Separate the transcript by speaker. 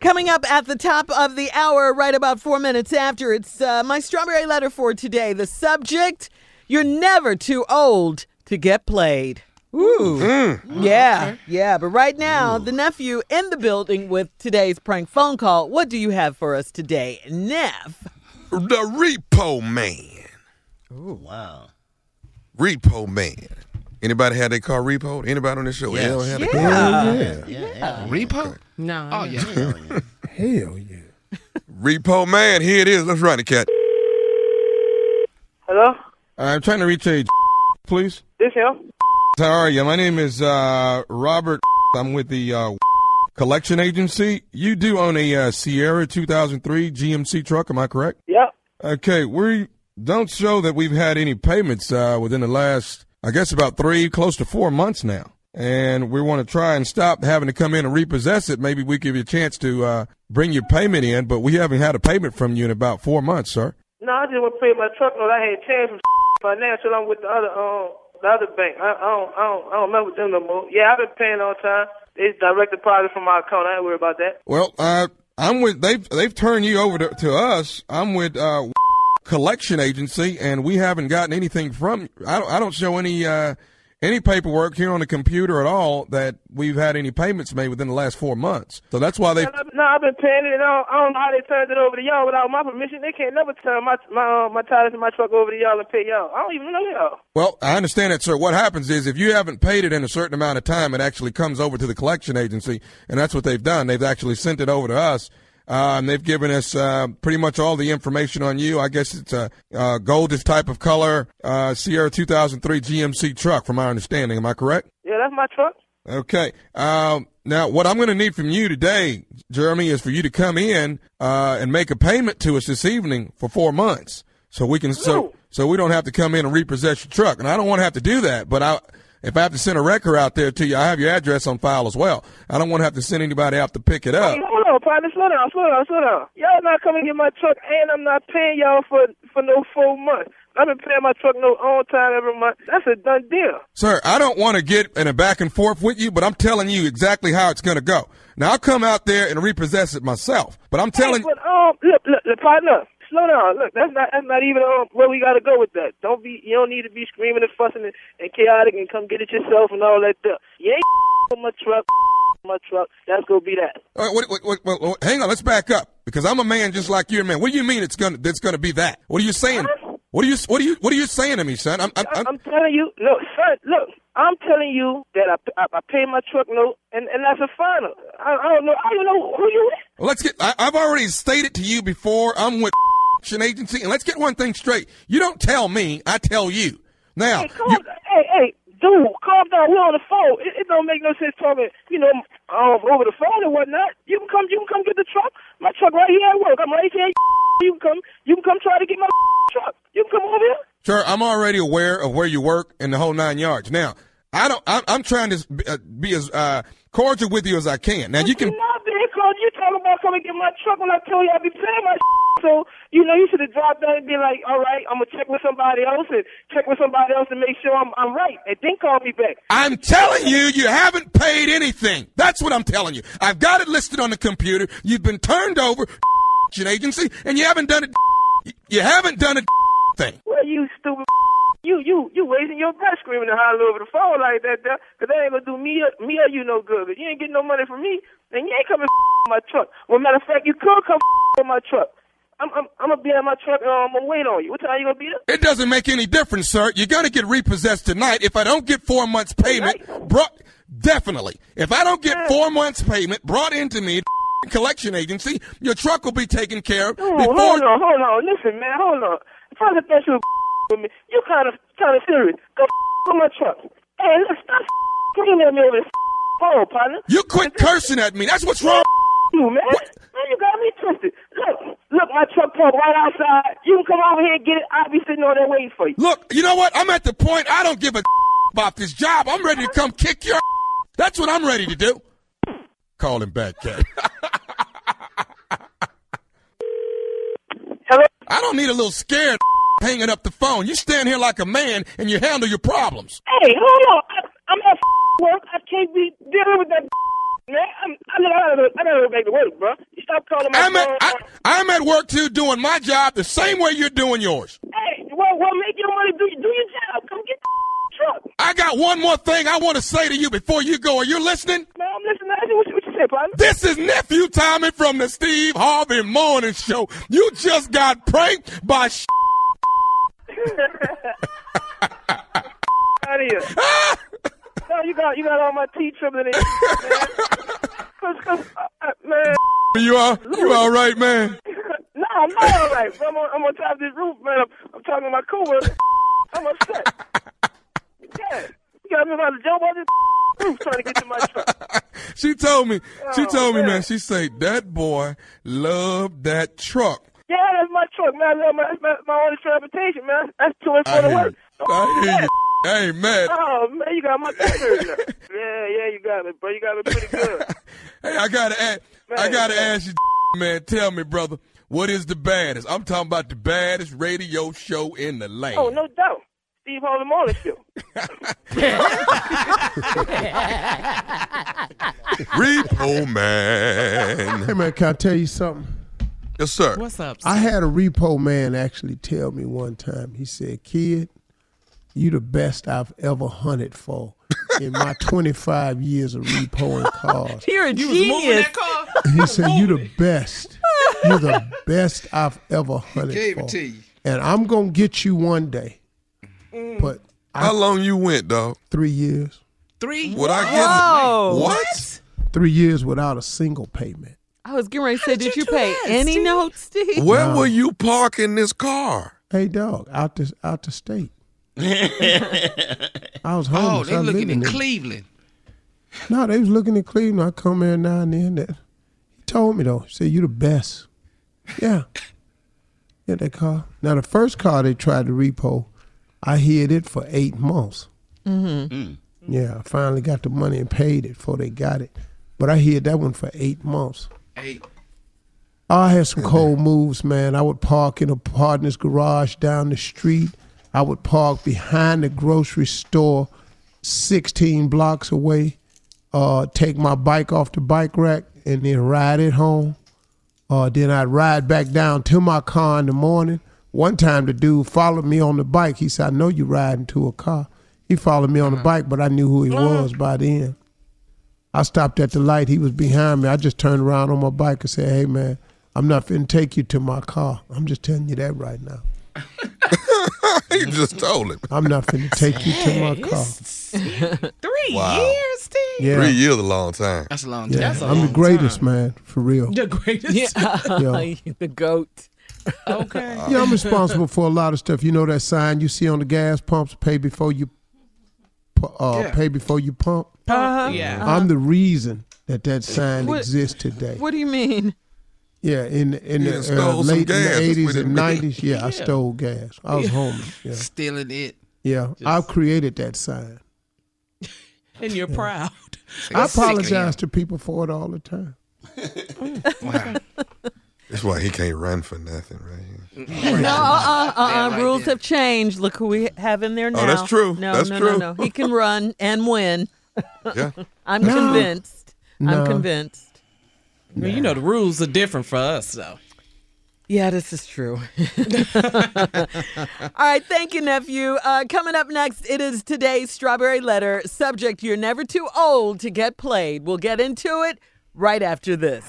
Speaker 1: Coming up at the top of the hour, right about four minutes after, it's uh, my strawberry letter for today. The subject You're never too old to get played. Ooh.
Speaker 2: Mm.
Speaker 1: Yeah, yeah. But right now, the nephew in the building with today's prank phone call. What do you have for us today, Neff?
Speaker 3: The Repo Man.
Speaker 4: Ooh, wow.
Speaker 3: Repo Man. Anybody had their car repoed? Anybody on this show?
Speaker 4: Yes.
Speaker 3: L had a car?
Speaker 1: Yeah.
Speaker 4: Yeah.
Speaker 5: Repo? No. Oh yeah.
Speaker 6: Hell yeah.
Speaker 3: Repo Man, here it is. Let's run it, cat.
Speaker 7: Hello,
Speaker 6: I'm trying to reach a please.
Speaker 7: this here.
Speaker 6: How are you? My name is uh, Robert. I'm with the uh, collection agency. You do own a uh, Sierra 2003 GMC truck, am I correct?
Speaker 7: Yep.
Speaker 6: Okay, we don't show that we've had any payments uh, within the last, I guess, about three, close to four months now. And we want to try and stop having to come in and repossess it. Maybe we give you a chance to uh, bring your payment in, but we haven't had a payment from you in about four months, sir.
Speaker 7: No, I just want to pay my truck note. I had changed from financial. I'm with the other um the other bank. I, I don't I don't I don't mess with them no more. Yeah, I've been paying on time. It's direct deposit from my account. I ain't worried about that.
Speaker 6: Well, uh, I'm with they've they've turned you over to, to us. I'm with uh, collection agency, and we haven't gotten anything from. I don't, I don't show any uh, any paperwork here on the computer at all that we've had any payments made within the last four months. So that's why they.
Speaker 7: No, I've been paying it. And I, don't, I don't know how they turned it over to y'all without my permission. They can't never turn my my uh, my titles and my truck over to y'all and pay y'all. I don't even know y'all.
Speaker 6: Well, I understand that, sir. What happens is if you haven't paid it in a certain amount of time, it actually comes over to the collection agency, and that's what they've done. They've actually sent it over to us. Uh, and they've given us uh, pretty much all the information on you. I guess it's a uh, goldish type of color uh, Sierra 2003 GMC truck, from my understanding. Am I correct?
Speaker 7: Yeah, that's my truck.
Speaker 6: Okay. Um, now, what I'm going to need from you today, Jeremy, is for you to come in uh, and make a payment to us this evening for four months, so we can so
Speaker 7: Ooh.
Speaker 6: so we don't have to come in and repossess your truck. And I don't want to have to do that, but I. If I have to send a record out there to you, I have your address on file as well. I don't want to have to send anybody out to pick it up.
Speaker 7: Hey, hold on, partner. Slow down, slow down, slow down. Y'all not coming get my truck, and I'm not paying y'all for for no four months. I've been paying my truck no on time every month. That's a done deal.
Speaker 6: Sir, I don't want to get in a back and forth with you, but I'm telling you exactly how it's going to go. Now, I'll come out there and repossess it myself, but I'm telling
Speaker 7: Hey, but um, look, look, look, partner. Slow down. Look, that's not that's not even um, where we gotta go with that. Don't be. You don't need to be screaming and fussing and, and chaotic and come get it yourself and all that. Stuff. You ain't on my truck. My truck. That's gonna be that.
Speaker 6: All right, what, what, what, what, what- hang on, let's back up because I'm a man just like you're a man. What do you mean it's gonna that's gonna be that? What are you saying? What are you what are you what are you saying to me, son? I'm, I'm,
Speaker 7: I,
Speaker 6: I'm
Speaker 7: I'm telling you, look, son, look, I'm telling you that I, I, I pay my truck note, and, and that's a final. I, I don't know, I don't know who you is.
Speaker 6: let's get. I, I've already stated to you before. I'm with an agency, and let's get one thing straight. You don't tell me, I tell you. Now,
Speaker 7: Hey, calm,
Speaker 6: you-
Speaker 7: hey, hey, dude, calm down. We're on the phone. It, it don't make no sense talking, you know, um, over the phone and whatnot. You can come, you can come get the truck. My truck right here at work. I'm right here. at You can come, you can come try to get my truck. You can come over here.
Speaker 6: Sir, I'm already aware of where you work and the whole nine yards. Now, I don't. I'm, I'm trying to be, uh, be as uh, cordial with you as I can. Now, you can.
Speaker 7: You're not being close. You talking about coming get my truck when I told you I be paying my So, you know, you should have dropped that and be like, all right, I'm going to check with somebody else and check with somebody else to make sure I'm, I'm right. And then call me back.
Speaker 6: I'm telling you, you haven't paid anything. That's what I'm telling you. I've got it listed on the computer. You've been turned over, to an agency, and you haven't done it. You haven't done a thing.
Speaker 7: Well, you stupid. You, you, you wasting your breath screaming and hollering over the phone like that, there, 'cause that ain't going to do me or, me or you no good. 'Cause you ain't getting no money from me, and you ain't coming with my truck. Well, matter of fact, you could come with my truck. I'm, I'm, I'm going to be at my truck and I'm going to wait on you. What time you going to be there?
Speaker 6: It doesn't make any difference, sir. You're gonna get repossessed tonight if I don't get four months payment brought. Definitely, if I don't get four months payment brought into me, the collection agency, your truck will be taken care of
Speaker 7: Dude,
Speaker 6: before.
Speaker 7: Oh, hold on, hold on. Listen, man, hold on. Trying to think you with me. You kind of kind of serious. Go with my truck. Hey, look, stop screaming at me over this phone, partner.
Speaker 6: You quit cursing at me. That's what's wrong.
Speaker 7: You man, man, you got me twisted. Look, look, my truck parked right outside. You can come over here and get it. I'll be sitting over there waiting for you.
Speaker 6: Look, you know what? I'm at the point I don't give a about this job. I'm ready to come kick your. That's what I'm ready to do. Call him back, Cat.
Speaker 7: Hello,
Speaker 6: I don't need a little scared hanging up the phone. You stand here like a man and you handle your problems.
Speaker 7: hey, hold on. I, I'm at work. I can't be dealing with that. Man, I'm, I, gotta, I gotta go back to work, bro. stop calling my
Speaker 6: I'm
Speaker 7: phone.
Speaker 6: at, I, I'm at work too, doing my job the same way you're doing yours.
Speaker 7: hey, well, well, make your money. Do, do your job. Come get the truck.
Speaker 6: I got one more thing I want to say to you before you go. Are you listening?
Speaker 7: Man, I'm listening. I what, you- what you say, partner.
Speaker 6: This is nephew Tommy from the Steve Harvey Morning Show. You just got pranked by. Sh-
Speaker 7: out of here. no, you got you got all my T trembling in. Man. Cause, cause, uh, uh, man.
Speaker 6: you are you all right, man?
Speaker 7: No, I'm not all right. I'm on, I'm on top of this roof, man. I'm, I'm talking to my coworker. I'm upset. Yeah. You got me about to jump on this roof trying to get to my truck.
Speaker 6: She told me. She
Speaker 7: Oh,
Speaker 6: told me,
Speaker 7: man.
Speaker 6: man. She said that boy loved that truck.
Speaker 7: Yeah, that's my truck, man. I love my, that's my, my only transportation, man. That's to and
Speaker 6: I
Speaker 7: for the
Speaker 6: hear
Speaker 7: work.
Speaker 6: you. I hear you. I ain't mad.
Speaker 7: Oh, man, you got my fingers. yeah, yeah, you got it, bro. You got it pretty good.
Speaker 6: Hey, I gotta ask. I
Speaker 7: Man.
Speaker 6: gotta ask you, man. Tell me, brother, what is the baddest? I'm talking about the baddest radio show in the land.
Speaker 7: Oh, no doubt. Steve Harlem Morning Show.
Speaker 3: Repo man.
Speaker 4: Hey man, can I tell you something?
Speaker 3: Yes, sir.
Speaker 2: What's up?
Speaker 4: I had a repo man actually tell me one time. He said, "Kid, you the best I've ever hunted for in my 25 years of repoing cars."
Speaker 1: You're a
Speaker 2: You was moving
Speaker 1: genius.
Speaker 2: that car.
Speaker 4: He said, "You the best. You're the best I've ever hunted
Speaker 5: gave
Speaker 4: for."
Speaker 5: it to you. Mm.
Speaker 4: And I'm gonna get you one day, but
Speaker 5: Oh.
Speaker 3: How long you went, dog?
Speaker 4: three years,
Speaker 2: Three.
Speaker 3: What I get?
Speaker 1: Whoa.
Speaker 3: What?
Speaker 4: three years without a single payment.
Speaker 1: I was getting ready to say, did,
Speaker 2: did
Speaker 1: you
Speaker 2: you do
Speaker 1: pay
Speaker 2: that,
Speaker 1: any
Speaker 2: Steve?
Speaker 1: notes, Steve?
Speaker 3: Where were you parking this car?
Speaker 4: Hey dog, out this out the state. I was
Speaker 5: Oh,
Speaker 4: homeless.
Speaker 5: they
Speaker 4: I
Speaker 5: looking
Speaker 4: lived
Speaker 5: in
Speaker 4: it.
Speaker 5: Cleveland.
Speaker 4: No, they was looking in Cleveland. I come here now and then. That he told me though. He said you the best. Yeah, yeah. That car. Now the first car they tried to repo, I hid it for eight months. Mm-hmm. Yeah, I finally got the money and paid it before they got it. But I hid that one for eight months.
Speaker 5: Hey,
Speaker 4: I had some cold moves, man. I would park in a partner's garage down the street. I would park behind the grocery store, 16 blocks away. Uh, take my bike off the bike rack and then ride it home. Uh, then I'd ride back down to my car in the morning. One time, the dude followed me on the bike. He said, "I know you riding to a car." He followed me on the bike, but I knew who he was by then. I stopped at the light. He was behind me. I just turned around on my bike and said, "Hey, man, I'm not finna take you to my car. I'm just telling you that right now.
Speaker 3: You just told it.
Speaker 4: I'm not finna take you to my car.
Speaker 2: Three
Speaker 3: Wow.
Speaker 2: years, Steve.
Speaker 4: Yeah,
Speaker 3: Three years, a long time.
Speaker 5: that's a long
Speaker 4: yeah.
Speaker 5: time.
Speaker 2: That's a
Speaker 4: I'm the
Speaker 2: long
Speaker 4: greatest, man, for real.
Speaker 2: The greatest.
Speaker 4: Yeah.
Speaker 1: the goat.
Speaker 2: Okay.
Speaker 4: yeah, I'm responsible for a lot of stuff. You know that sign you see on the gas pumps: "Pay before you, pu- uh,
Speaker 5: Yeah.
Speaker 4: pay before you pump."
Speaker 2: Yeah.
Speaker 4: I'm the reason that that sign
Speaker 1: What-
Speaker 4: exists today.
Speaker 1: What do you mean?
Speaker 4: Yeah, in in
Speaker 3: Yeah,
Speaker 4: the uh,
Speaker 3: stole some
Speaker 4: late
Speaker 3: gas, that's
Speaker 4: eighties
Speaker 3: what it
Speaker 4: and
Speaker 3: mean.
Speaker 4: nineties. Yeah, I stole gas. I was homeless. Yeah,
Speaker 5: Stealing it.
Speaker 4: yeah. I created that sign.
Speaker 2: And you're proud.
Speaker 4: I
Speaker 5: sick of him.
Speaker 4: apologize to people for it all the time.
Speaker 5: Wow.
Speaker 3: That's why he can't run for nothing, right?
Speaker 1: No, uh, uh, uh,
Speaker 5: right
Speaker 1: rules
Speaker 5: there.
Speaker 1: have changed. Look who we have in there now.
Speaker 3: Oh, that's true.
Speaker 1: No,
Speaker 3: That's
Speaker 1: no,
Speaker 3: true.
Speaker 1: no, no. He can run and win.
Speaker 3: Yeah.
Speaker 1: I'm convinced. I'm
Speaker 4: No.
Speaker 1: convinced.
Speaker 2: Well, you know the rules are different for us, though.
Speaker 1: Yeah, this is true. All right, thank you, nephew. Uh, coming up next, it is today's strawberry letter. Subject: You're never too old to get played. We'll get into it right after this.